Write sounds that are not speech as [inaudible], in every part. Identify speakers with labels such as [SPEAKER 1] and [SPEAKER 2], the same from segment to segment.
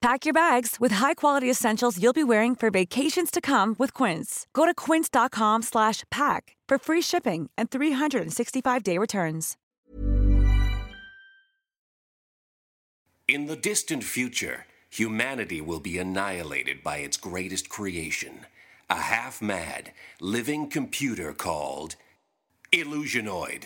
[SPEAKER 1] Pack your bags with high-quality essentials you'll be wearing for vacations to come with Quince. Go to quince.com/pack for free shipping and 365-day returns.
[SPEAKER 2] In the distant future, humanity will be annihilated by its greatest creation, a half-mad living computer called Illusionoid.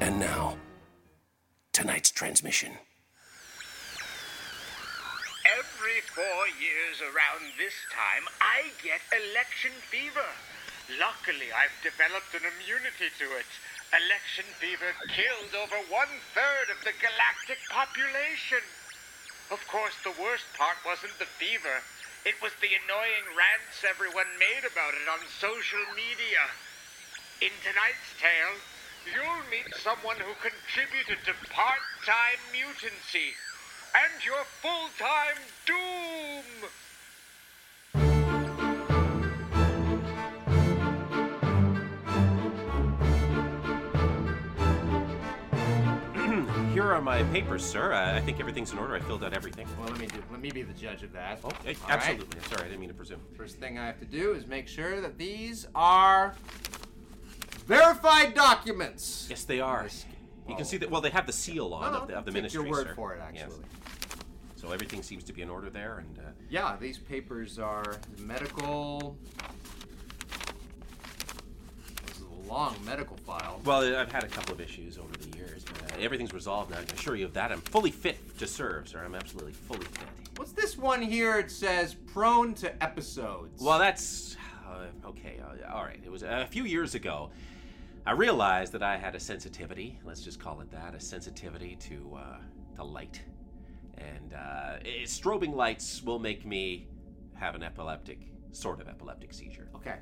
[SPEAKER 2] And now, tonight's transmission.
[SPEAKER 3] Every four years around this time, I get election fever. Luckily, I've developed an immunity to it. Election fever killed over one third of the galactic population. Of course, the worst part wasn't the fever. It was the annoying rants everyone made about it on social media. In tonight's tale, You'll meet someone who contributed to part time mutancy and your full time doom!
[SPEAKER 4] Here are my papers, sir. I I think everything's in order. I filled out everything.
[SPEAKER 5] Well, let me do, let me be the judge of that.
[SPEAKER 4] Oh, eh,
[SPEAKER 5] All right.
[SPEAKER 4] absolutely. I'm sorry. I didn't mean to presume.
[SPEAKER 5] First thing I have to do is make sure that these are verified documents.
[SPEAKER 4] Yes, they are. You can see that. Well, they have the seal on
[SPEAKER 5] No, no,
[SPEAKER 4] of the, of the
[SPEAKER 5] take
[SPEAKER 4] ministry,
[SPEAKER 5] your word
[SPEAKER 4] sir.
[SPEAKER 5] for it,
[SPEAKER 4] Yes.
[SPEAKER 5] actually.
[SPEAKER 4] So everything seems to be in order there, and uh,
[SPEAKER 5] Yeah, these papers are the medical. This is a long medical file.
[SPEAKER 4] well, I've had a couple of issues over the years. But, uh, everything's resolved now. I can assure you of that. I'm fully fit to serve, sir. I'm absolutely fully fit.
[SPEAKER 5] What's this one here? It says prone to episodes.
[SPEAKER 4] Well, that's uh, okay. Uh, all right. It was a few years ago. I realized that I had a sensitivity. Let's just call it that—a sensitivity to uh, to light. And uh, i- strobing lights will make me have an epileptic, sort of epileptic seizure.
[SPEAKER 5] Okay.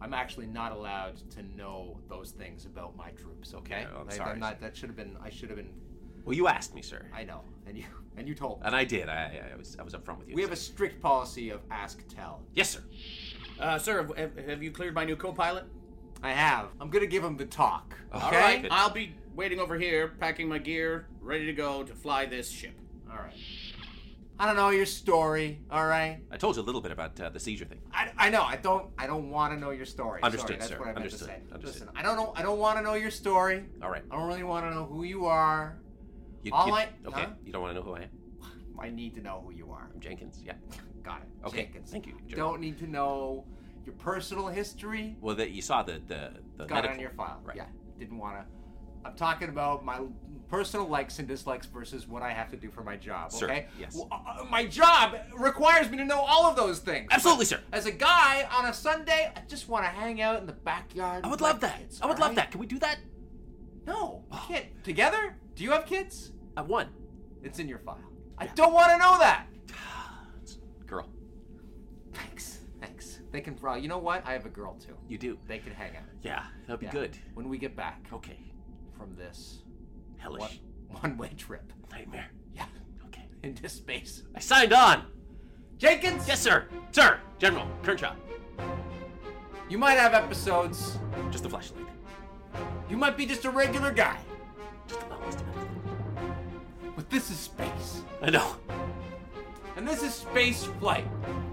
[SPEAKER 5] I'm actually not allowed to know those things about my troops. Okay.
[SPEAKER 4] Yeah, Oh, I'm
[SPEAKER 5] I-
[SPEAKER 4] sorry,
[SPEAKER 5] not, that should have been. I should have been.
[SPEAKER 4] Well, you asked me, sir,
[SPEAKER 5] I know. And you. [laughs] And you told. me.
[SPEAKER 4] and I did. I, I was I was upfront with you.
[SPEAKER 5] We have
[SPEAKER 4] sir.
[SPEAKER 5] a strict policy of ask tell.
[SPEAKER 4] yes, sir.
[SPEAKER 6] Uh, sir, have- have, have you cleared my new co-pilot?
[SPEAKER 5] I have. I'm gonna give him the talk.
[SPEAKER 4] Oh.
[SPEAKER 5] Okay.
[SPEAKER 6] All right,
[SPEAKER 4] Good.
[SPEAKER 6] I'll be waiting over here, packing my gear, ready to go to fly this ship.
[SPEAKER 5] All right. I don't know your story. All right.
[SPEAKER 4] I told you a little bit about uh, the seizure thing.
[SPEAKER 5] I, I know. I don't. I don't want to know your story.
[SPEAKER 4] Understood,
[SPEAKER 5] Sorry, that's
[SPEAKER 4] sir.
[SPEAKER 5] What I meant
[SPEAKER 4] Understood.
[SPEAKER 5] To say.
[SPEAKER 4] Understood.
[SPEAKER 5] Listen, I don't know. I don't want to know your story.
[SPEAKER 4] All right.
[SPEAKER 5] I don't really want to know who you are.
[SPEAKER 4] You,
[SPEAKER 5] all
[SPEAKER 4] you-
[SPEAKER 5] I-
[SPEAKER 4] okay.
[SPEAKER 5] huh?
[SPEAKER 4] You don't want to know who I am?
[SPEAKER 5] I need to know who you are.
[SPEAKER 4] I'm Jenkins. Yeah.
[SPEAKER 5] Got it.
[SPEAKER 4] Okay,
[SPEAKER 5] Jenkins.
[SPEAKER 4] thank you,
[SPEAKER 5] I
[SPEAKER 4] Jerry.
[SPEAKER 5] Don't need to know your personal history.
[SPEAKER 4] Well, that you saw the the, the
[SPEAKER 5] Got it
[SPEAKER 4] medical-
[SPEAKER 5] on your file.
[SPEAKER 4] Right.
[SPEAKER 5] Yeah. Didn't want to. I'm talking about my personal likes and dislikes versus what I have to do for my job.
[SPEAKER 4] Sir,
[SPEAKER 5] Okay.
[SPEAKER 4] yes.
[SPEAKER 5] Well, uh, uh, my job requires me to know all of those things.
[SPEAKER 4] Absolutely, sir.
[SPEAKER 5] As a guy on a Sunday, I just want to hang out in the backyard.
[SPEAKER 4] I would
[SPEAKER 5] with
[SPEAKER 4] love
[SPEAKER 5] my
[SPEAKER 4] that.
[SPEAKER 5] kids,
[SPEAKER 4] I would love
[SPEAKER 5] alright?
[SPEAKER 4] that. Can we do that? Oh.
[SPEAKER 5] No, we can't. Together? Do you have kids?
[SPEAKER 4] I won.
[SPEAKER 5] It's in your file. I don't want to know that.
[SPEAKER 4] Girl,
[SPEAKER 5] Thanks. Thanks. They can. Well, you know what? I have a girl too.
[SPEAKER 4] you do.
[SPEAKER 5] They can hang out.
[SPEAKER 4] Yeah, that'd be
[SPEAKER 5] Yeah.
[SPEAKER 4] good.
[SPEAKER 5] When we get back
[SPEAKER 4] Okay.
[SPEAKER 5] from this
[SPEAKER 4] Hellish
[SPEAKER 5] one way trip.
[SPEAKER 4] nightmare.
[SPEAKER 5] Yeah. [laughs]
[SPEAKER 4] Okay.
[SPEAKER 5] Into space.
[SPEAKER 4] I signed on.
[SPEAKER 5] Jenkins?
[SPEAKER 4] Yes, sir. Sir, General Kernshaw.
[SPEAKER 5] You might have episodes.
[SPEAKER 4] Just a flashlight.
[SPEAKER 5] You might be just a regular guy.
[SPEAKER 4] Just a little minute.
[SPEAKER 5] But this is space.
[SPEAKER 4] I know.
[SPEAKER 5] And this is space flight.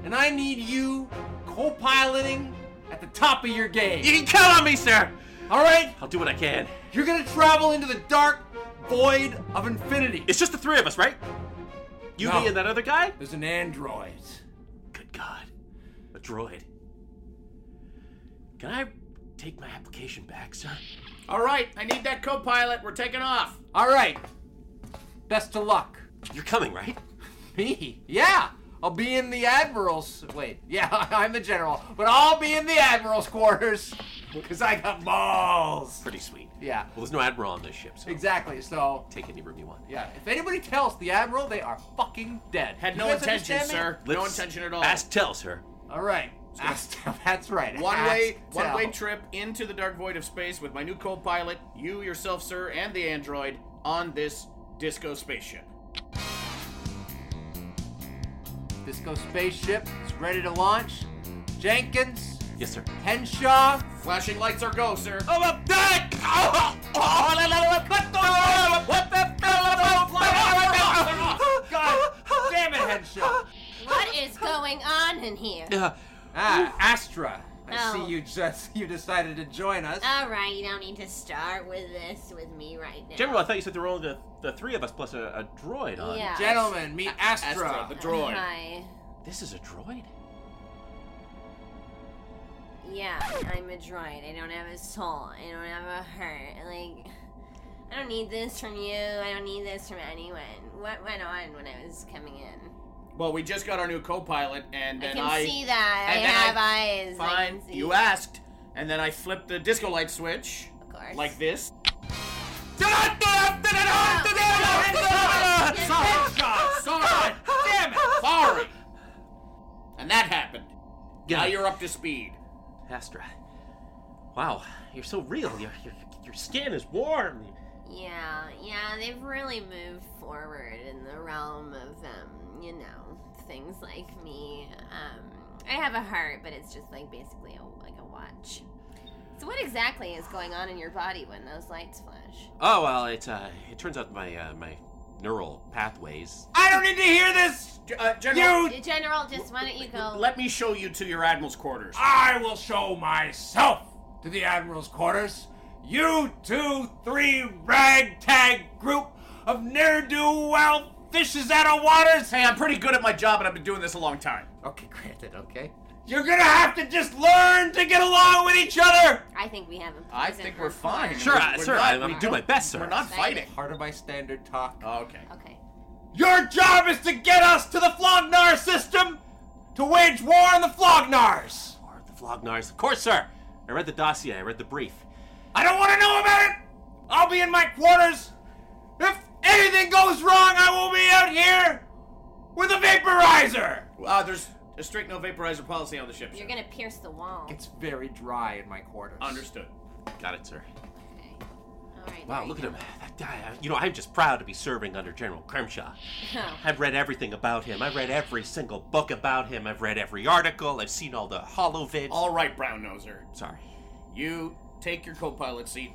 [SPEAKER 5] And I need you co piloting at the top of your game.
[SPEAKER 4] You can count on me, sir.
[SPEAKER 5] Alright?
[SPEAKER 4] I'll do what I can.
[SPEAKER 5] You're gonna travel into the dark void of infinity.
[SPEAKER 4] It's just the three of us, right? You,
[SPEAKER 5] No.
[SPEAKER 4] me, and that other guy?
[SPEAKER 5] There's an android.
[SPEAKER 4] Good God. A droid. Can I take my application back, sir?
[SPEAKER 6] All right, I need that co pilot. We're taking off.
[SPEAKER 5] All right. Best of luck.
[SPEAKER 4] You're coming, right?
[SPEAKER 5] Me? Yeah. I'll be in the admiral's. Wait. Yeah, [laughs] I'm the general, but I'll be in the admiral's quarters because I got balls.
[SPEAKER 4] Pretty sweet.
[SPEAKER 5] Yeah.
[SPEAKER 4] Well, there's no Admiral on this ship, so
[SPEAKER 5] Exactly. So.
[SPEAKER 4] take any room you want.
[SPEAKER 5] Yeah, if anybody tells the Admiral, they are fucking dead.
[SPEAKER 6] Had
[SPEAKER 5] You
[SPEAKER 6] no
[SPEAKER 5] guys
[SPEAKER 6] intention,
[SPEAKER 5] understand
[SPEAKER 6] sir.
[SPEAKER 5] me?
[SPEAKER 6] No
[SPEAKER 4] Let's-
[SPEAKER 6] intention at all.
[SPEAKER 4] Ask tells her.
[SPEAKER 5] All right. Ask- [laughs] that's right.
[SPEAKER 6] One
[SPEAKER 5] ask
[SPEAKER 6] way, one
[SPEAKER 5] tell.
[SPEAKER 6] way trip into the dark void of space with my new co-pilot, you yourself, sir, and the android on this disco spaceship.
[SPEAKER 5] Disco spaceship is ready to launch. Jenkins,
[SPEAKER 4] Yes, sir.
[SPEAKER 5] Henshaw.
[SPEAKER 6] Flashing lights are go, sir.
[SPEAKER 5] Oh, I'm [laughs] dead! Oh, oh, oh, la, la, la, la, cut the- What the- God damn it, Henshaw.
[SPEAKER 7] What is going on in here?
[SPEAKER 4] Yeah.
[SPEAKER 5] Ah, Astra. I
[SPEAKER 7] Oh.
[SPEAKER 5] see you just [laughs] you decided to join us.
[SPEAKER 7] All right, you don't need to start with this with me right now.
[SPEAKER 4] General, I thought you said there were only the, the three of us plus a, a droid on.
[SPEAKER 7] Yeah.
[SPEAKER 5] Gentlemen, meet Astra.
[SPEAKER 6] Astra, the droid.
[SPEAKER 7] Hi.
[SPEAKER 4] This is a droid?
[SPEAKER 7] Yeah, I'm a droid. I don't have a soul. I don't have a heart. Like, I don't need this from you. I don't need this from anyone. What went on when I was coming in?
[SPEAKER 6] Well, we just got our new co-pilot, and
[SPEAKER 7] I
[SPEAKER 6] then
[SPEAKER 7] can
[SPEAKER 6] I,
[SPEAKER 7] see that. I
[SPEAKER 6] and then
[SPEAKER 7] have
[SPEAKER 6] I-
[SPEAKER 7] eyes. I
[SPEAKER 6] fine.
[SPEAKER 7] can see.
[SPEAKER 6] You asked, and then I flipped the disco light switch,
[SPEAKER 7] Of course.
[SPEAKER 6] like this. Sorry, damn it, sorry. And that happened. Now you're up to speed.
[SPEAKER 4] Astra. Wow, you're so real. Your, your, your skin is warm.
[SPEAKER 7] Yeah, yeah, they've really moved forward in the realm of, um, you know, things like me. Um, I have a heart, but it's just like basically a, like a watch. So what exactly is going on in your body when those lights flash?
[SPEAKER 4] Oh well, it's uh, it turns out my uh, my neural pathways.
[SPEAKER 5] I don't need to hear this.
[SPEAKER 6] G- uh, General,
[SPEAKER 5] You.
[SPEAKER 7] Uh, General, just why don't you go?
[SPEAKER 6] let me show you to your admiral's quarters.
[SPEAKER 5] I will show myself to the admiral's quarters. You two, three ragtag group of ne'er do well fishes out of waters.
[SPEAKER 6] Hey, I'm pretty good at my job, and I've been doing this a long time.
[SPEAKER 5] Okay, granted. Okay. You're gonna have to just learn to get along with each other.
[SPEAKER 7] I think we have a
[SPEAKER 6] I
[SPEAKER 7] pleasant
[SPEAKER 6] think we're
[SPEAKER 7] rapport.
[SPEAKER 6] fine.
[SPEAKER 4] Sure,
[SPEAKER 6] We're-
[SPEAKER 4] I-
[SPEAKER 6] we're
[SPEAKER 4] sir,
[SPEAKER 6] not-
[SPEAKER 4] I- I'm
[SPEAKER 6] we
[SPEAKER 4] doing my
[SPEAKER 6] don't-
[SPEAKER 4] best, sir.
[SPEAKER 6] We're not fighting.
[SPEAKER 5] Part of my standard talk.
[SPEAKER 6] Oh, okay.
[SPEAKER 7] Okay.
[SPEAKER 5] Your job is to get us to the Flognars system to wage war on the Flognars.
[SPEAKER 4] Or the Flognars, of course, sir. I read the dossier. I read the brief.
[SPEAKER 5] I don't want to know about it. I'll be in my quarters. If anything goes wrong, I will be out here with a vaporizer.
[SPEAKER 6] Uh, there's a strict no vaporizer policy on the ship.
[SPEAKER 7] You're
[SPEAKER 6] sir.
[SPEAKER 7] gonna pierce the wall.
[SPEAKER 5] It's very dry in my quarters.
[SPEAKER 6] Understood.
[SPEAKER 4] Oh, Got it, sir.
[SPEAKER 7] Okay. All right.
[SPEAKER 4] Wow,
[SPEAKER 7] there
[SPEAKER 4] look at
[SPEAKER 7] you
[SPEAKER 4] him. That guy. I- You know, I'm just proud to be serving under General Cremshaw.
[SPEAKER 7] go.
[SPEAKER 4] I've read everything about him. I've read every single book about him. I've read every article. I've seen all the holovids.
[SPEAKER 6] All right, brown noser.
[SPEAKER 4] Sorry.
[SPEAKER 6] You take your co-pilot seat.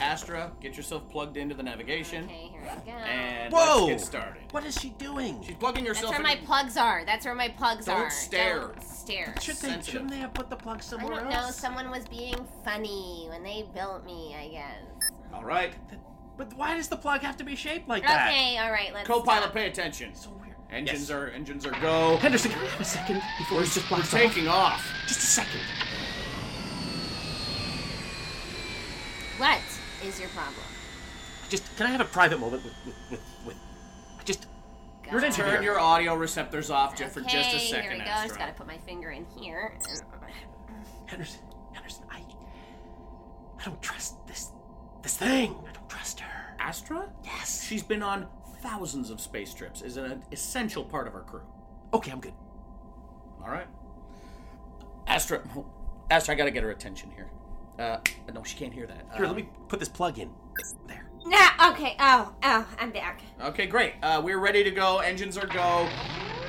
[SPEAKER 6] Astra, get yourself plugged into the navigation,
[SPEAKER 7] Okay, here we go.
[SPEAKER 6] and
[SPEAKER 4] Whoa!
[SPEAKER 6] let's get started.
[SPEAKER 4] What is she doing?
[SPEAKER 6] She's plugging
[SPEAKER 7] That's
[SPEAKER 6] yourself.
[SPEAKER 7] where my
[SPEAKER 6] into-
[SPEAKER 7] plugs are. That's where my plugs
[SPEAKER 6] Don't
[SPEAKER 7] are.
[SPEAKER 6] stare.
[SPEAKER 7] Don't stare.
[SPEAKER 4] Should they,
[SPEAKER 6] sensitive.
[SPEAKER 4] shouldn't they have put the plug
[SPEAKER 7] I
[SPEAKER 4] somewhere
[SPEAKER 7] don't know.
[SPEAKER 4] else?
[SPEAKER 7] Someone was being funny when they built me, I guess.
[SPEAKER 6] All right,
[SPEAKER 4] But why does the plug have to be shaped like that?
[SPEAKER 7] Okay, all right, let's.
[SPEAKER 6] co-pilot,
[SPEAKER 7] stop.
[SPEAKER 6] pay attention.
[SPEAKER 4] So weird.
[SPEAKER 6] Engines
[SPEAKER 4] Yes.
[SPEAKER 6] are engines are go.
[SPEAKER 4] Henderson, can we have a second before this just
[SPEAKER 6] We're
[SPEAKER 4] blocks off?
[SPEAKER 6] taking off.
[SPEAKER 4] Just a second.
[SPEAKER 7] What is your problem?
[SPEAKER 4] Just can I have a private moment with with with, with I just You're an
[SPEAKER 7] God.
[SPEAKER 4] engineer.
[SPEAKER 6] Turn your audio receptors off just for just a
[SPEAKER 7] Okay,
[SPEAKER 6] second,
[SPEAKER 7] Here we go. I
[SPEAKER 6] Astra.
[SPEAKER 7] just gotta put my finger in here. and-
[SPEAKER 4] Henderson, Henderson, I I don't trust this this thing. I don't trust her.
[SPEAKER 6] Astra? Yes. She's been on thousands of space trips. Is an essential part of our crew.
[SPEAKER 4] Okay, I'm good.
[SPEAKER 6] All right. Astra, Astra, I gotta get her attention here. Uh, no, she can't hear that.
[SPEAKER 4] Here,
[SPEAKER 6] Um,
[SPEAKER 4] let me put this plug in. There.
[SPEAKER 7] Nah. Okay. Oh. Oh. I'm back.
[SPEAKER 6] Okay, great. Uh, we're ready to go. Engines are go,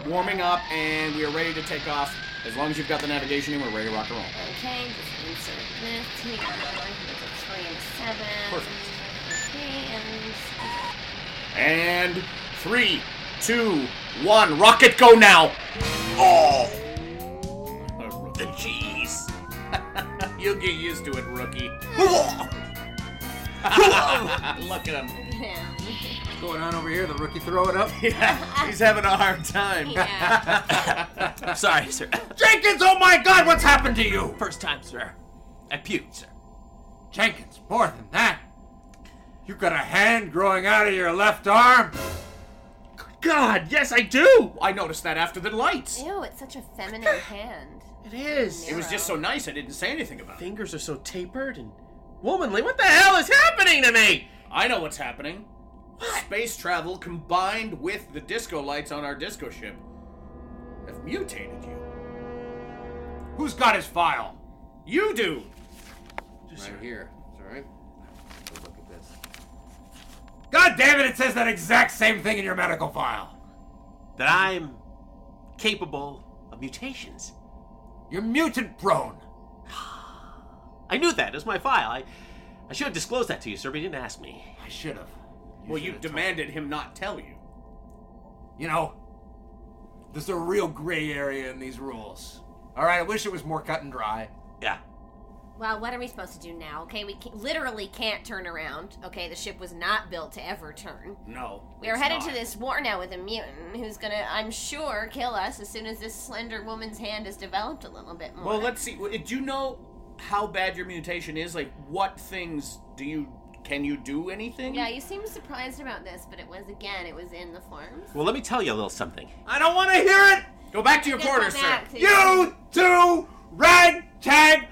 [SPEAKER 6] warming up, and we are ready to take off. As long as you've got the navigation in, we're ready to rock and roll.
[SPEAKER 7] Okay. Just insert this here. It's a three and a seven.
[SPEAKER 6] Perfect.
[SPEAKER 7] Okay. And
[SPEAKER 6] And three, two, one, rocket go now!
[SPEAKER 4] Oh the cheese.
[SPEAKER 6] [laughs] You'll get used to it, rookie. [laughs] Look at him.
[SPEAKER 7] yeah.
[SPEAKER 5] going on over here? The rookie throwing [laughs] up?
[SPEAKER 6] [laughs] Yeah, he's having a hard time. [laughs]
[SPEAKER 7] Yeah.
[SPEAKER 4] Sorry, sir.
[SPEAKER 5] Jenkins, oh my god, what's happened to you?
[SPEAKER 4] First time, sir. I puked, sir.
[SPEAKER 5] Jenkins, more than that. You got a hand growing out of your left arm?
[SPEAKER 6] God, yes, I do. I noticed that after the lights.
[SPEAKER 7] [laughs] Ew, it's such a feminine hand.
[SPEAKER 6] It is. It was
[SPEAKER 7] Narrow.
[SPEAKER 6] just so nice. I didn't say anything about it.
[SPEAKER 4] Fingers are so tapered and womanly. What the hell is happening to me?
[SPEAKER 6] I know what's happening. Space travel combined with the disco lights on our disco ship have mutated you.
[SPEAKER 5] Who's got his file?
[SPEAKER 6] You do.
[SPEAKER 5] right
[SPEAKER 6] here. It's all right. Look at this.
[SPEAKER 5] God damn it, it says that exact same thing in your medical file.
[SPEAKER 4] That I'm capable of mutations.
[SPEAKER 5] You're mutant prone.
[SPEAKER 4] I knew that. It was my file. I, I should have disclosed that to you, sir, but you didn't ask me.
[SPEAKER 5] I should have.
[SPEAKER 6] Well, you demanded him not tell you.
[SPEAKER 5] You know, there's a real gray area in these rules. All right, I wish it was more cut and dry.
[SPEAKER 4] Yeah.
[SPEAKER 7] Well, what are we supposed to do now? Okay, we can- literally can't turn around. Okay, the ship was not built to ever turn.
[SPEAKER 6] No.
[SPEAKER 7] We are
[SPEAKER 6] it's
[SPEAKER 7] headed
[SPEAKER 6] not.
[SPEAKER 7] to this war now with a mutant who's gonna, I'm sure, kill us as soon as this slender woman's hand has developed a little bit more.
[SPEAKER 6] Well, let's see. Well, Do you know how bad your mutation is? Like, what things do you can you do anything?
[SPEAKER 7] Yeah, you seem surprised about this, but it was again, it was in the forms.
[SPEAKER 4] Well, let me tell you a little something.
[SPEAKER 5] I don't want to hear it!
[SPEAKER 6] Go back to your
[SPEAKER 7] We're gonna
[SPEAKER 6] quarters,
[SPEAKER 7] come
[SPEAKER 6] sir.
[SPEAKER 7] back to
[SPEAKER 5] You two ragtag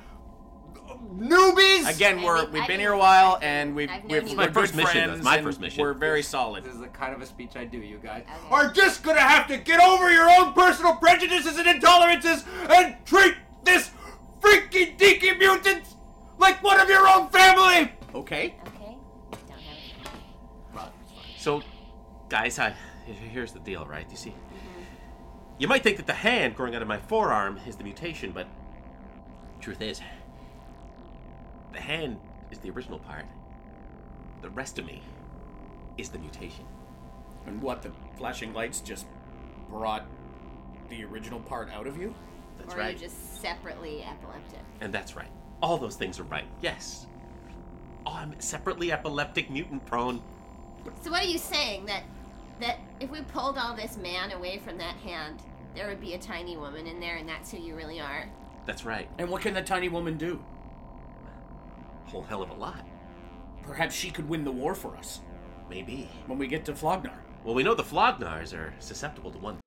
[SPEAKER 5] newbies!
[SPEAKER 6] Again,
[SPEAKER 7] I
[SPEAKER 6] we're
[SPEAKER 7] mean,
[SPEAKER 6] we've
[SPEAKER 7] I
[SPEAKER 6] been
[SPEAKER 7] didn't-
[SPEAKER 6] here a while, and we've
[SPEAKER 7] I've known
[SPEAKER 6] we've
[SPEAKER 7] you.
[SPEAKER 6] we're
[SPEAKER 7] My
[SPEAKER 4] first
[SPEAKER 6] good
[SPEAKER 4] mission, that's
[SPEAKER 6] friends,
[SPEAKER 4] my
[SPEAKER 6] and
[SPEAKER 4] first mission.
[SPEAKER 6] We're very solid.
[SPEAKER 5] This is the kind of a speech I do, you guys.
[SPEAKER 7] Okay.
[SPEAKER 5] Are just gonna have to get over your own personal prejudices and intolerances and treat this freaky deaky mutant like one of your own family!
[SPEAKER 6] Okay.
[SPEAKER 7] Okay? Don't have it.
[SPEAKER 4] So, guys, I, here's the deal, right? You see, you might think that the hand growing out of my forearm is the mutation, but truth is, the hand is the original part. The rest of me is the mutation.
[SPEAKER 6] And what the flashing lights just brought the original part out of you?
[SPEAKER 4] That's
[SPEAKER 7] or are
[SPEAKER 4] right.
[SPEAKER 7] you just separately epileptic?
[SPEAKER 4] And that's right. All those things are right. Yes. Oh, I'm separately epileptic mutant prone.
[SPEAKER 7] So what are you saying that that if we pulled all this man away from that hand, there would be a tiny woman in there, and that's who you really are?
[SPEAKER 4] That's right.
[SPEAKER 6] And what can the tiny woman do?
[SPEAKER 4] A whole hell of a lot.
[SPEAKER 6] Perhaps she could win the war for us
[SPEAKER 4] Maybe.
[SPEAKER 6] when we get to Flognar.
[SPEAKER 4] Well, we know the Flognars are susceptible to one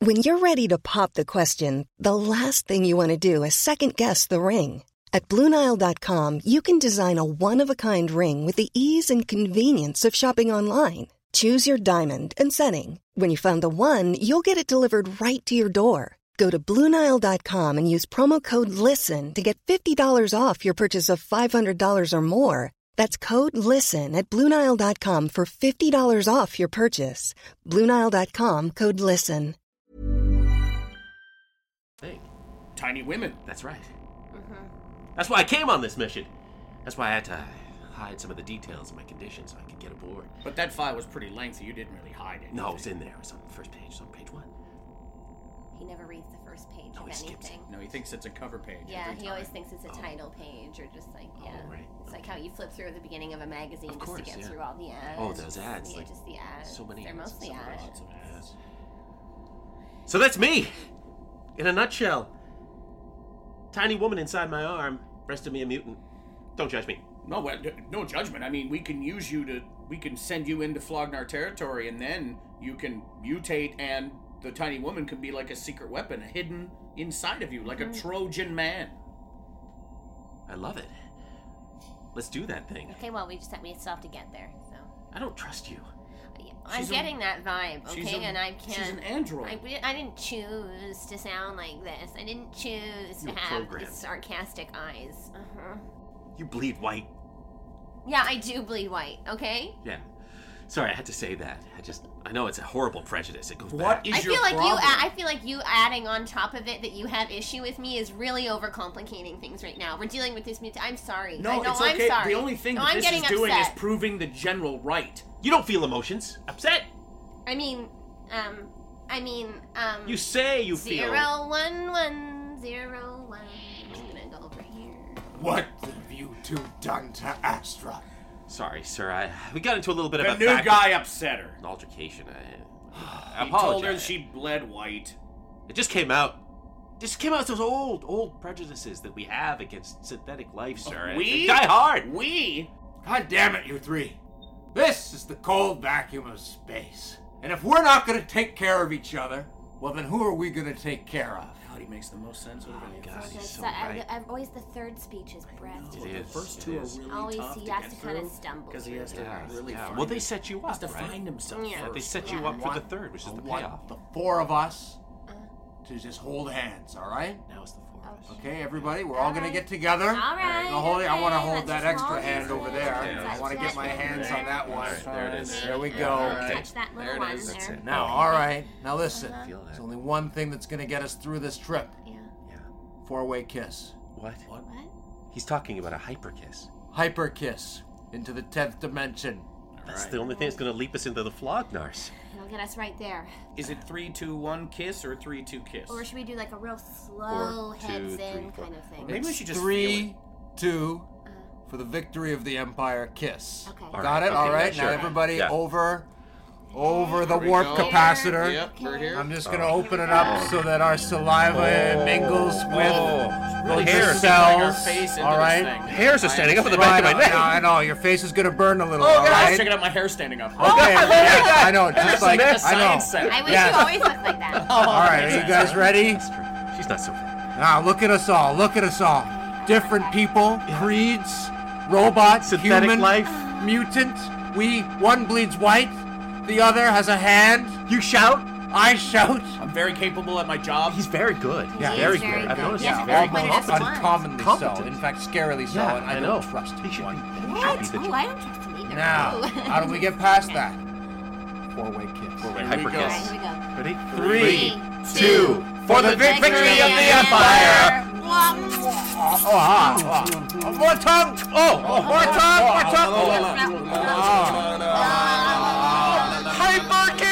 [SPEAKER 8] When you're ready to pop the question, the last thing you want to do is second guess the ring. At Bluenile.com, you can design a one of a kind ring with the ease and convenience of shopping online. Choose your diamond and setting. When you find the one, you'll get it delivered right to your door. Go to Bluenile.com and use promo code LISTEN to get $50 off your purchase of $500 or more. That's code LISTEN at Bluenile.com for $50 off your purchase. Bluenile.com code LISTEN.
[SPEAKER 4] thing.
[SPEAKER 6] Tiny women.
[SPEAKER 4] That's right.
[SPEAKER 7] Mm-hmm.
[SPEAKER 4] That's why I came on this mission. That's why I had to hide some of the details of my condition so I could get aboard.
[SPEAKER 6] But that file was pretty lengthy. You didn't really hide it.
[SPEAKER 4] No, it was in there. It was on the first page. It was on page one.
[SPEAKER 7] He never reads the first page
[SPEAKER 4] No,
[SPEAKER 7] of
[SPEAKER 4] he skips it.
[SPEAKER 7] anything.
[SPEAKER 6] No, he thinks it's a cover page.
[SPEAKER 7] Yeah,
[SPEAKER 6] every
[SPEAKER 7] he
[SPEAKER 6] time.
[SPEAKER 7] always thinks it's a title page or just like yeah,
[SPEAKER 4] Oh. right.
[SPEAKER 7] it's like how you flip through the beginning of a magazine
[SPEAKER 4] Of
[SPEAKER 7] just
[SPEAKER 4] course,
[SPEAKER 7] to get
[SPEAKER 4] yeah.
[SPEAKER 7] through all the ads.
[SPEAKER 4] Oh, those ads,
[SPEAKER 7] Yeah,
[SPEAKER 4] like,
[SPEAKER 7] just the ads.
[SPEAKER 4] So many.
[SPEAKER 7] Uh, They're
[SPEAKER 4] ads,
[SPEAKER 7] mostly
[SPEAKER 4] so many
[SPEAKER 7] ads.
[SPEAKER 4] lots of ads. So that's me, in a nutshell. Tiny woman inside my arm, rest of me a mutant. Don't judge me.
[SPEAKER 6] No, well, d- no judgment. I mean, we can use you to. We can send you into Flognar territory, and then you can mutate, and the tiny woman can be like a secret weapon hidden inside of you, like
[SPEAKER 7] Mm-hmm.
[SPEAKER 6] a Trojan man.
[SPEAKER 4] I love it. Let's do that thing.
[SPEAKER 7] Okay, well we just have, we still have to get there. So
[SPEAKER 4] I don't trust you.
[SPEAKER 7] I'm
[SPEAKER 6] She's a-
[SPEAKER 7] getting that vibe,
[SPEAKER 6] she's
[SPEAKER 7] okay,
[SPEAKER 6] a-
[SPEAKER 7] and I
[SPEAKER 6] she's
[SPEAKER 7] can't.
[SPEAKER 6] an android.
[SPEAKER 7] I, we- I didn't choose to sound like this. I didn't choose
[SPEAKER 4] You
[SPEAKER 7] to
[SPEAKER 4] were
[SPEAKER 7] have
[SPEAKER 4] programmed.
[SPEAKER 7] these sarcastic eyes. Uh-huh.
[SPEAKER 4] You bleed white.
[SPEAKER 7] Yeah, I do bleed white. Okay.
[SPEAKER 4] Yeah. Sorry, I had to say that. I just, I know it's a horrible prejudice. It goes
[SPEAKER 6] What
[SPEAKER 4] back.
[SPEAKER 6] is
[SPEAKER 7] I
[SPEAKER 6] your
[SPEAKER 7] feel like you.
[SPEAKER 6] problem?
[SPEAKER 7] a- I feel like you adding on top of it that you have issue with me is really overcomplicating things right now. We're dealing with this. Mut- I'm sorry. I
[SPEAKER 6] No,
[SPEAKER 7] know,
[SPEAKER 6] it's
[SPEAKER 7] I'm
[SPEAKER 6] okay.
[SPEAKER 7] sorry.
[SPEAKER 6] The only thing
[SPEAKER 7] no,
[SPEAKER 6] that
[SPEAKER 7] I'm
[SPEAKER 6] this
[SPEAKER 7] getting
[SPEAKER 6] is doing is
[SPEAKER 7] upset.
[SPEAKER 6] proving the general right.
[SPEAKER 4] You don't feel emotions. Upset.
[SPEAKER 7] I mean, um, I mean, um,
[SPEAKER 4] You say you feel.
[SPEAKER 7] zero one one zero one. I'm just gonna go over here.
[SPEAKER 5] What have you two done to Astra?
[SPEAKER 4] Sorry, sir. I we got into a little bit
[SPEAKER 6] The
[SPEAKER 4] of a
[SPEAKER 6] new
[SPEAKER 4] back-
[SPEAKER 6] guy upset her.
[SPEAKER 4] an altercation. I,
[SPEAKER 5] [sighs]
[SPEAKER 4] I
[SPEAKER 6] He
[SPEAKER 4] apologize.
[SPEAKER 6] told her she bled white.
[SPEAKER 4] It just came out. Just came out those old, old prejudices that we have against synthetic life, sir. and-
[SPEAKER 6] we
[SPEAKER 4] and die hard.
[SPEAKER 6] We
[SPEAKER 5] God damn it, you three. This is the cold vacuum of space. And if we're not gonna take care of each other, well then who are we gonna take care of?
[SPEAKER 6] God, he makes the most sense out of any of
[SPEAKER 4] God,
[SPEAKER 6] us.
[SPEAKER 4] he's so
[SPEAKER 7] So I,
[SPEAKER 4] right.
[SPEAKER 7] I've always the third speech is breath.
[SPEAKER 4] It is.
[SPEAKER 6] First
[SPEAKER 4] it
[SPEAKER 6] two are
[SPEAKER 4] is.
[SPEAKER 6] really
[SPEAKER 7] Always
[SPEAKER 6] tough
[SPEAKER 7] Oh, he
[SPEAKER 6] to
[SPEAKER 7] has
[SPEAKER 6] get
[SPEAKER 7] to kinda
[SPEAKER 6] through,
[SPEAKER 7] stumble
[SPEAKER 6] because he has to
[SPEAKER 4] Yeah,
[SPEAKER 6] really
[SPEAKER 4] yeah.
[SPEAKER 6] find
[SPEAKER 4] Well, they
[SPEAKER 6] it.
[SPEAKER 4] set you
[SPEAKER 6] He has
[SPEAKER 4] up,
[SPEAKER 6] to
[SPEAKER 4] right?
[SPEAKER 6] find himself.
[SPEAKER 7] Yeah.
[SPEAKER 4] They
[SPEAKER 6] first.
[SPEAKER 4] set you
[SPEAKER 7] Yeah.
[SPEAKER 4] up for the third, which is
[SPEAKER 5] I
[SPEAKER 4] the
[SPEAKER 5] want
[SPEAKER 4] payoff.
[SPEAKER 5] The four of us to just hold hands, all right?
[SPEAKER 4] Now it's the four. of us.
[SPEAKER 7] Oh,
[SPEAKER 5] Okay, everybody, we're all gonna
[SPEAKER 7] Alright.
[SPEAKER 5] get together.
[SPEAKER 7] Alright,
[SPEAKER 5] Now, hold it- I want to
[SPEAKER 7] okay,
[SPEAKER 5] hold
[SPEAKER 7] let's
[SPEAKER 5] that
[SPEAKER 7] just hold
[SPEAKER 5] extra hand
[SPEAKER 7] these
[SPEAKER 5] over
[SPEAKER 7] hands.
[SPEAKER 5] there.
[SPEAKER 4] Yeah,
[SPEAKER 5] I want to
[SPEAKER 7] let's
[SPEAKER 5] get my
[SPEAKER 7] touch
[SPEAKER 5] hands
[SPEAKER 7] them.
[SPEAKER 5] on that one.
[SPEAKER 4] Alright, there it is.
[SPEAKER 5] There we
[SPEAKER 7] Yeah,
[SPEAKER 5] go.
[SPEAKER 4] Okay.
[SPEAKER 7] Touch that little
[SPEAKER 4] There it
[SPEAKER 7] one
[SPEAKER 4] is. That's
[SPEAKER 7] there.
[SPEAKER 4] it.
[SPEAKER 5] Now, all right. Now listen.
[SPEAKER 7] Uh-huh.
[SPEAKER 4] Feel that.
[SPEAKER 5] There's only one thing that's gonna get us through this trip:
[SPEAKER 7] Yeah.
[SPEAKER 4] Yeah.
[SPEAKER 5] four-way kiss,
[SPEAKER 4] What? What?
[SPEAKER 7] What?
[SPEAKER 4] He's talking about a hyper kiss.
[SPEAKER 5] hyper kiss into the tenth dimension.
[SPEAKER 4] That's the only thing that's going to leap us into the flognars.
[SPEAKER 7] It'll get us right there.
[SPEAKER 6] Is it three, two, one kiss or three, two kiss?
[SPEAKER 7] Or should we do like a real slow
[SPEAKER 4] Four, two,
[SPEAKER 7] heads in
[SPEAKER 4] three, four.
[SPEAKER 7] kind of thing?
[SPEAKER 6] Maybe we should just feel
[SPEAKER 5] Three,
[SPEAKER 6] it.
[SPEAKER 5] two, for the victory of the Empire kiss.
[SPEAKER 7] Okay.
[SPEAKER 4] All
[SPEAKER 5] Got it.
[SPEAKER 4] right,
[SPEAKER 5] all
[SPEAKER 4] okay,
[SPEAKER 5] right.
[SPEAKER 4] sure.
[SPEAKER 5] Now everybody
[SPEAKER 4] Yeah.
[SPEAKER 5] over, over the
[SPEAKER 7] Here
[SPEAKER 5] warp
[SPEAKER 7] go.
[SPEAKER 5] capacitor.
[SPEAKER 7] Yep, we're here.
[SPEAKER 5] I'm just gonna open it up so that our saliva Oh,
[SPEAKER 4] Oh.
[SPEAKER 5] mingles with
[SPEAKER 4] really
[SPEAKER 5] the
[SPEAKER 4] hairs.
[SPEAKER 6] Like our
[SPEAKER 5] cells.
[SPEAKER 6] face into
[SPEAKER 5] all
[SPEAKER 6] this
[SPEAKER 5] right.
[SPEAKER 6] thing.
[SPEAKER 4] Hairs are standing up in the
[SPEAKER 5] Well, I
[SPEAKER 4] back of my
[SPEAKER 5] know-
[SPEAKER 4] neck.
[SPEAKER 5] I know your face is gonna burn a little.
[SPEAKER 6] Oh,
[SPEAKER 5] all
[SPEAKER 6] God, I was
[SPEAKER 5] right.
[SPEAKER 6] checking out my hair standing up.
[SPEAKER 4] Oh,
[SPEAKER 6] [laughs]
[SPEAKER 5] Okay, yeah, I know.
[SPEAKER 6] That's
[SPEAKER 5] Just like
[SPEAKER 6] a
[SPEAKER 5] I know.
[SPEAKER 6] science center.
[SPEAKER 7] I wish
[SPEAKER 5] Yes.
[SPEAKER 7] you always looked like that.
[SPEAKER 6] [laughs]
[SPEAKER 5] All right, are you guys ready?
[SPEAKER 4] She's not so bad.
[SPEAKER 5] Now Ah, look at us all. Look at us all. Different people, creeds, robots,
[SPEAKER 4] Synthetic
[SPEAKER 5] human,
[SPEAKER 4] life.
[SPEAKER 5] mutant. We one bleeds white, the other has a hand.
[SPEAKER 4] You shout.
[SPEAKER 5] I shout.
[SPEAKER 6] I'm very capable at my job.
[SPEAKER 4] Oh, He's very good.
[SPEAKER 7] Yeah.
[SPEAKER 4] very,
[SPEAKER 7] He's very
[SPEAKER 4] good. I've
[SPEAKER 7] good.
[SPEAKER 4] noticed
[SPEAKER 7] Yeah,
[SPEAKER 4] he's very
[SPEAKER 7] all
[SPEAKER 4] good.
[SPEAKER 7] my-
[SPEAKER 5] almost
[SPEAKER 7] competent.
[SPEAKER 5] uncommonly so.
[SPEAKER 4] Competent.
[SPEAKER 5] In fact, scarily so.
[SPEAKER 4] Yeah,
[SPEAKER 5] and
[SPEAKER 4] I
[SPEAKER 5] I,
[SPEAKER 4] know.
[SPEAKER 5] don't trust
[SPEAKER 4] He should
[SPEAKER 5] one
[SPEAKER 4] be-
[SPEAKER 5] bit.
[SPEAKER 7] What?
[SPEAKER 4] Should be the-
[SPEAKER 7] Oh, I don't trust him [laughs] either.
[SPEAKER 5] Now,
[SPEAKER 7] Oh.
[SPEAKER 5] how do we get past that? Four-way kiss.
[SPEAKER 4] Four-way
[SPEAKER 6] Here
[SPEAKER 7] [laughs]
[SPEAKER 6] we
[SPEAKER 4] hyper
[SPEAKER 6] go.
[SPEAKER 7] Alright,
[SPEAKER 4] kiss.
[SPEAKER 7] here we
[SPEAKER 4] Ready?
[SPEAKER 7] go.
[SPEAKER 5] Three,
[SPEAKER 4] two, for the victory of the Empire.
[SPEAKER 7] Womp.
[SPEAKER 5] Oh, ah, ah. Oh, more tongue! Oh, oh, more tongue! More tongue!
[SPEAKER 4] Ah.
[SPEAKER 7] Ah.
[SPEAKER 5] Hyper [sighs] kiss!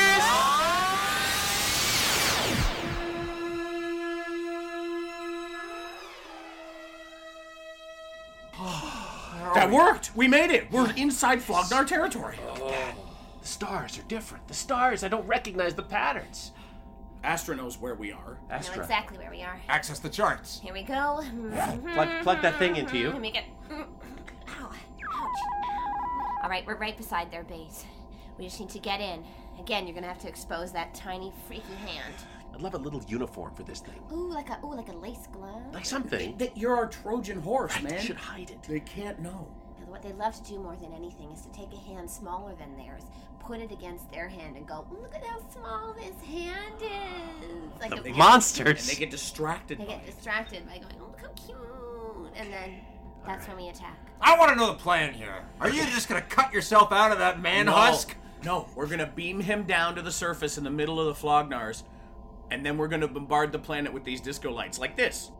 [SPEAKER 6] That worked. We made it. We're inside Flognar territory.
[SPEAKER 4] The stars are different. The stars, I don't recognize the patterns.
[SPEAKER 6] Astra knows where we are.
[SPEAKER 7] I know
[SPEAKER 4] Astra.
[SPEAKER 7] exactly where we are.
[SPEAKER 5] Access the charts.
[SPEAKER 7] Here we go. Mm-hmm.
[SPEAKER 4] Plug, plug that thing into you.
[SPEAKER 7] Let me get. mm. Ow. Ouch. All right, we're right beside their base. We just need to get in. Again, you're gonna have to expose that tiny freaky hand.
[SPEAKER 4] I'd love a little uniform for this thing.
[SPEAKER 7] Ooh, like a ooh, like a lace glove.
[SPEAKER 4] Like something.
[SPEAKER 6] That you're our Trojan horse,
[SPEAKER 4] I
[SPEAKER 6] man.
[SPEAKER 4] should hide it.
[SPEAKER 6] They can't know.
[SPEAKER 7] Now, what they love to do more than anything is to take a hand smaller than theirs, put it against their hand, and go, "Look at how small this hand is!" Like
[SPEAKER 4] The
[SPEAKER 7] a-
[SPEAKER 6] And
[SPEAKER 4] monsters.
[SPEAKER 6] they get distracted
[SPEAKER 7] They
[SPEAKER 6] by
[SPEAKER 7] get
[SPEAKER 6] it.
[SPEAKER 7] distracted by going, "Oh, look how cute!" And then that's when we attack.
[SPEAKER 5] I want to know the plan here. Are you just gonna cut yourself out of that man
[SPEAKER 6] no.
[SPEAKER 5] husk?
[SPEAKER 6] No, we're gonna beam him down to the surface in the middle of the Flognars, and then we're gonna bombard the planet with these disco lights like this.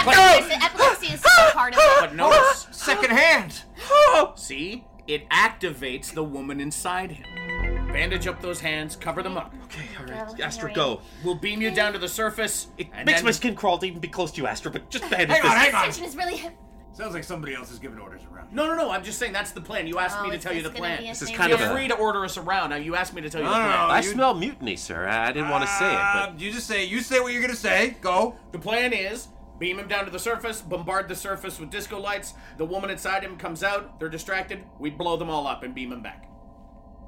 [SPEAKER 7] Epilepsy epilepsy is still
[SPEAKER 5] [gasps]
[SPEAKER 7] part of it.
[SPEAKER 6] But notice,
[SPEAKER 5] Second
[SPEAKER 7] [gasps]
[SPEAKER 5] hand.
[SPEAKER 6] see, it activates the woman inside him. Bandage up those hands, cover them up.
[SPEAKER 4] Okay,
[SPEAKER 7] Oh,
[SPEAKER 4] alright.
[SPEAKER 7] here
[SPEAKER 4] Astra,
[SPEAKER 7] we
[SPEAKER 4] go.
[SPEAKER 6] We'll beam you down to the surface.
[SPEAKER 4] It
[SPEAKER 6] and
[SPEAKER 4] makes
[SPEAKER 6] then-
[SPEAKER 4] my skin crawl to even be close to you, Astra, but
[SPEAKER 6] [laughs]
[SPEAKER 4] just the head
[SPEAKER 5] Hang on, hang on.
[SPEAKER 7] Tension is really.
[SPEAKER 5] Sounds like somebody else is giving orders around.
[SPEAKER 6] No, no, no. I'm just saying that's the plan. You asked
[SPEAKER 7] Oh,
[SPEAKER 6] me to
[SPEAKER 7] it's
[SPEAKER 6] tell you the
[SPEAKER 7] just gonna
[SPEAKER 6] plan.
[SPEAKER 7] be a
[SPEAKER 4] This is
[SPEAKER 7] thing.
[SPEAKER 4] kind
[SPEAKER 6] You're
[SPEAKER 4] of a-
[SPEAKER 6] free to order us around. Now you asked me to tell you
[SPEAKER 5] No,
[SPEAKER 6] the
[SPEAKER 5] no,
[SPEAKER 6] plan.
[SPEAKER 5] no.
[SPEAKER 4] I
[SPEAKER 5] You-
[SPEAKER 4] smell mutiny, sir. I, I didn't want to say it,
[SPEAKER 5] Uh,
[SPEAKER 4] but
[SPEAKER 6] Um,
[SPEAKER 5] you just say. You say what you're gonna say. Go.
[SPEAKER 6] The plan is beam him down to the surface, bombard the surface with disco lights. The woman inside him comes out. They're distracted. We blow them all up and beam him back.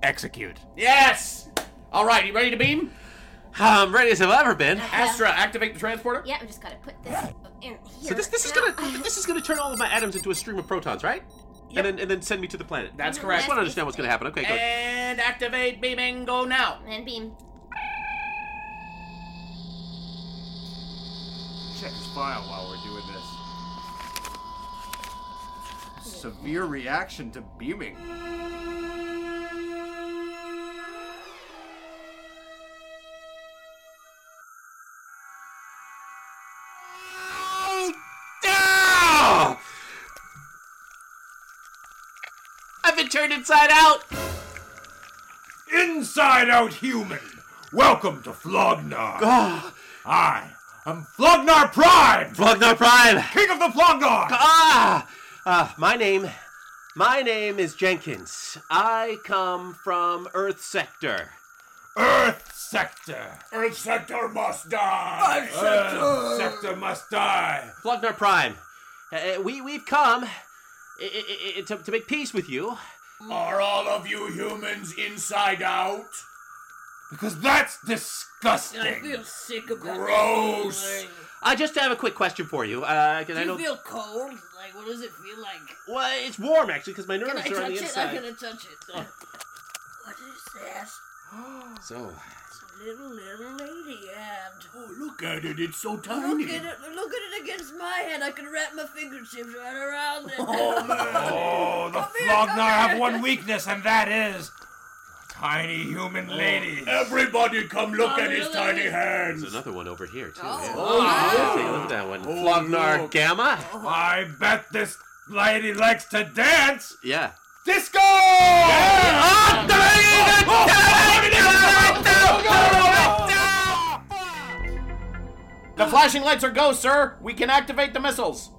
[SPEAKER 5] Execute.
[SPEAKER 6] Yes. All right. You ready to beam?
[SPEAKER 4] [laughs] I'm ready as I've ever been.
[SPEAKER 6] Astra, activate the transporter.
[SPEAKER 7] Yeah, I'm just gotta put this in here.
[SPEAKER 4] So this this is
[SPEAKER 7] Now-
[SPEAKER 4] gonna
[SPEAKER 6] [sighs]
[SPEAKER 4] this is gonna turn all of my atoms into a stream of protons, right? And then and then send me to the planet.
[SPEAKER 6] That's
[SPEAKER 4] I
[SPEAKER 6] correct. Eh.
[SPEAKER 4] just want to understand what's gonna happen. Okay, [laughs] good.
[SPEAKER 6] And activate beaming. Go now.
[SPEAKER 7] And beam.
[SPEAKER 5] Check his file while we're doing this. Severe reaction to beaming.
[SPEAKER 4] Oh! I've been turned inside out.
[SPEAKER 5] Inside Out Human, welcome to Flognar. I am Flognar Prime,
[SPEAKER 4] Flognar Prime.
[SPEAKER 5] King of the Flognar.
[SPEAKER 4] Ah, Uh, my name, my name is Jenkins. I come from Earth Sector.
[SPEAKER 5] Earth sector.
[SPEAKER 9] Earth sector must die!
[SPEAKER 5] Earth sector. must die.
[SPEAKER 4] Flugnar Prime. Uh, we we've come i- i- i- to, to make peace with you.
[SPEAKER 9] Are all of you humans inside out?
[SPEAKER 5] Because that's disgusting.
[SPEAKER 10] feel sick about
[SPEAKER 9] Gross.
[SPEAKER 10] this whole thing.
[SPEAKER 4] I just have a quick question for you. Uh, 'cause
[SPEAKER 10] Do
[SPEAKER 4] I know
[SPEAKER 10] you feel cold? Like, what does it feel like?
[SPEAKER 4] well, it's warm actually because my
[SPEAKER 10] Can
[SPEAKER 4] nerves
[SPEAKER 10] I
[SPEAKER 4] are on
[SPEAKER 10] touch
[SPEAKER 4] the
[SPEAKER 10] it?
[SPEAKER 4] inside. Oh.
[SPEAKER 10] I'm gonna touch it. What is that?
[SPEAKER 4] [gasps] So
[SPEAKER 10] It's a little, little lady hand.
[SPEAKER 9] Oh, look at it, it's so
[SPEAKER 10] Look
[SPEAKER 9] tiny.
[SPEAKER 10] at it! Look at it against my hand. I can wrap my fingertips right around it.
[SPEAKER 5] Oh, the
[SPEAKER 10] Come here,
[SPEAKER 5] Flognar
[SPEAKER 10] come
[SPEAKER 5] have
[SPEAKER 10] here.
[SPEAKER 5] one weakness, and that is tiny human ladies.
[SPEAKER 9] Everybody come look
[SPEAKER 10] Oh,
[SPEAKER 9] at his
[SPEAKER 10] really?
[SPEAKER 9] tiny hands.
[SPEAKER 4] there's another one over here too.
[SPEAKER 10] Oh.
[SPEAKER 4] yeah. Take a look at that one. Flognar
[SPEAKER 9] look.
[SPEAKER 4] Gamma.
[SPEAKER 5] I bet this lady likes to dance.
[SPEAKER 4] Yeah.
[SPEAKER 5] Disco! Yeah!
[SPEAKER 11] The flashing lights are go, sir. We can activate the missiles.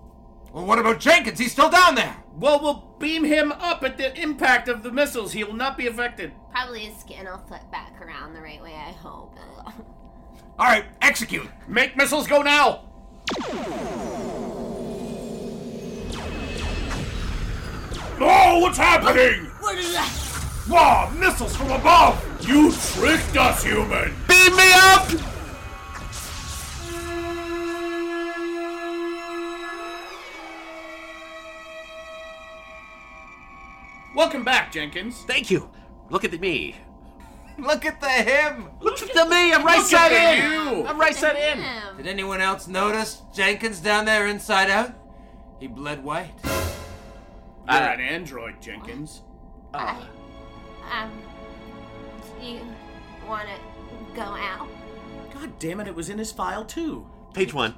[SPEAKER 5] Well, what about Jenkins? He's still down there.
[SPEAKER 11] Well, we'll beam him up at the impact of the missiles. He will not be affected.
[SPEAKER 7] Probably his skin will flip back around the right way, I hope.
[SPEAKER 5] All right, execute.
[SPEAKER 11] Make missiles go now.
[SPEAKER 9] Oh, what's happening?
[SPEAKER 10] What is that?
[SPEAKER 5] Whoa, missiles from above.
[SPEAKER 9] You tricked us, human.
[SPEAKER 4] Beam me up.
[SPEAKER 11] Welcome back, Jenkins.
[SPEAKER 4] Thank you. Look at me.
[SPEAKER 5] Look at the him.
[SPEAKER 4] Look at the me. I'm right
[SPEAKER 11] Look
[SPEAKER 4] side
[SPEAKER 11] at
[SPEAKER 4] in.
[SPEAKER 11] you.
[SPEAKER 4] I'm right side in.
[SPEAKER 7] Him.
[SPEAKER 5] Did anyone else notice Jenkins down there inside out? He bled white.
[SPEAKER 11] You're
[SPEAKER 4] Uh,
[SPEAKER 11] an android, Jenkins.
[SPEAKER 4] Ah.
[SPEAKER 7] I, um, do you want to go out?
[SPEAKER 11] God damn it! It was in his file too.
[SPEAKER 4] Page one.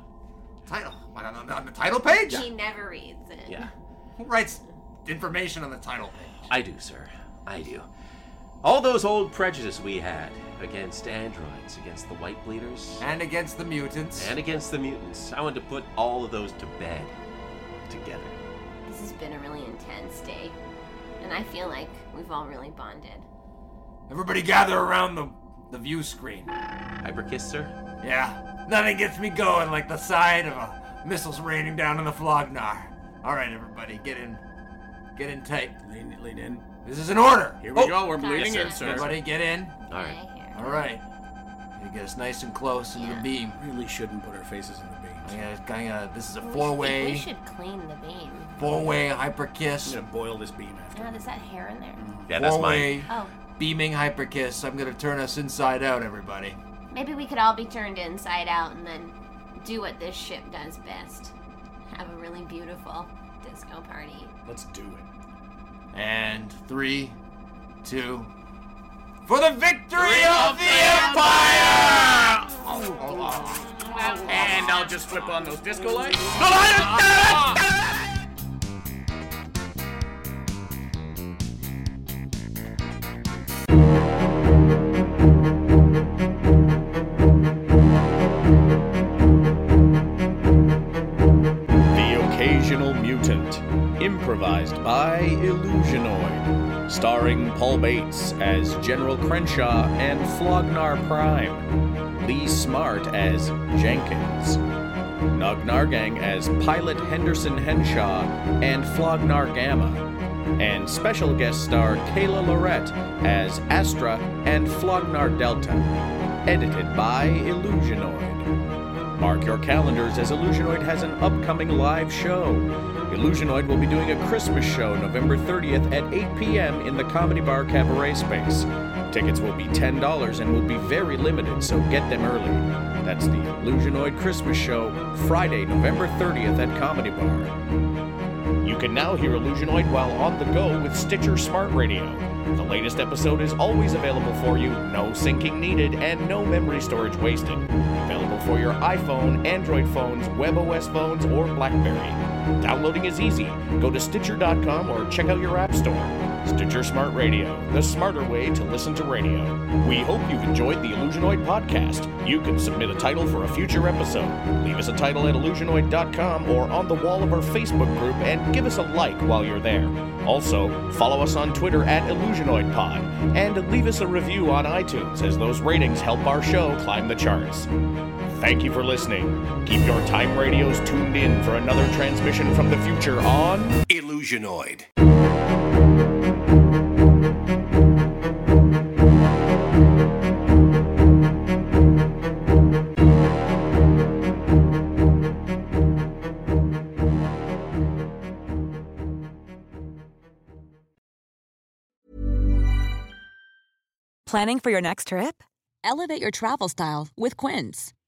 [SPEAKER 5] Title. I don't know. On the title page?
[SPEAKER 7] He never reads it.
[SPEAKER 4] Yeah.
[SPEAKER 5] Who writes information on the title page?
[SPEAKER 4] I do, sir. I do. All those old prejudice we had against androids, against the white bleeders,
[SPEAKER 5] And against the mutants.
[SPEAKER 4] and against the mutants, I want to put all of those to bed together.
[SPEAKER 7] This has been a really intense day, and I feel like we've all really bonded.
[SPEAKER 5] Everybody gather around the, the view screen.
[SPEAKER 4] Hyperkiss, sir?
[SPEAKER 5] Yeah. Nothing gets me going like the sight of a missiles raining down on the Flognar. All right, everybody, get in. Get in tight.
[SPEAKER 11] Lean, lean in.
[SPEAKER 5] This is an order.
[SPEAKER 11] Here we
[SPEAKER 4] Oh.
[SPEAKER 11] go. We're
[SPEAKER 7] Sorry,
[SPEAKER 11] leaning
[SPEAKER 7] sir.
[SPEAKER 11] in, sir.
[SPEAKER 5] Everybody, get in.
[SPEAKER 4] All right.
[SPEAKER 5] All right. You get us nice and close into the
[SPEAKER 7] Yeah.
[SPEAKER 5] beam.
[SPEAKER 11] Really shouldn't put our faces in the
[SPEAKER 5] I
[SPEAKER 11] beams.
[SPEAKER 5] gotta, I gotta- this is a
[SPEAKER 7] We should-
[SPEAKER 5] four-way,
[SPEAKER 7] We should clean the beam.
[SPEAKER 5] four-way hyper kiss,
[SPEAKER 11] I'm gonna boil this beam after.
[SPEAKER 7] Oh, there's that hair in there.
[SPEAKER 4] Yeah, that's mine.
[SPEAKER 5] four-way
[SPEAKER 7] Oh,
[SPEAKER 5] beaming hyper kiss. I'm gonna turn us inside out, everybody.
[SPEAKER 7] maybe we could all be turned inside out and then do what this ship does best have a really beautiful disco party.
[SPEAKER 11] Let's do it.
[SPEAKER 5] And three, two, for the victory of the Empire!
[SPEAKER 11] And I'll just flip on those disco lights.
[SPEAKER 6] The Occasional Mutant, improvised by Illusionoid, starring Paul Bates as General Crenshaw and Flognar Prime, Lee Smart as Jenkins, Nug Nargang as Pilot Henderson Henshaw and Flognar Gamma, and special guest star Kayla Lorette as Astra and Flognar Delta, edited by Illusionoid. Mark your calendars as Illusionoid has an upcoming live show. Illusionoid will be doing a Christmas show November 30th at 8 p.m. in the Comedy Bar Cabaret space. Tickets will be $10 and will be very limited, so get them early. That's the Illusionoid Christmas show, Friday, November 30th at Comedy Bar. You can now hear Illusionoid while on the go with Stitcher Smart Radio. The latest episode is always available for you, no syncing needed, and no memory storage wasted. Available for your iPhone, Android phones, WebOS phones, or Blackberry. Downloading is easy. Go to Stitcher.com or check out your App Store. Stitcher Smart Radio, the smarter way to listen to radio. We hope you've enjoyed the Illusionoid podcast. You can submit a title for a future episode. Leave us a title at illusionoid.com or on the wall of our Facebook group and give us a like while you're there. Also, follow us on Twitter at IllusionoidPod and leave us a review on iTunes as those ratings help our show climb the charts. Thank you for listening. Keep your time radios tuned in for another transmission from the future on
[SPEAKER 5] Illusionoid.
[SPEAKER 1] Planning for your next trip? Elevate your travel style with Quince.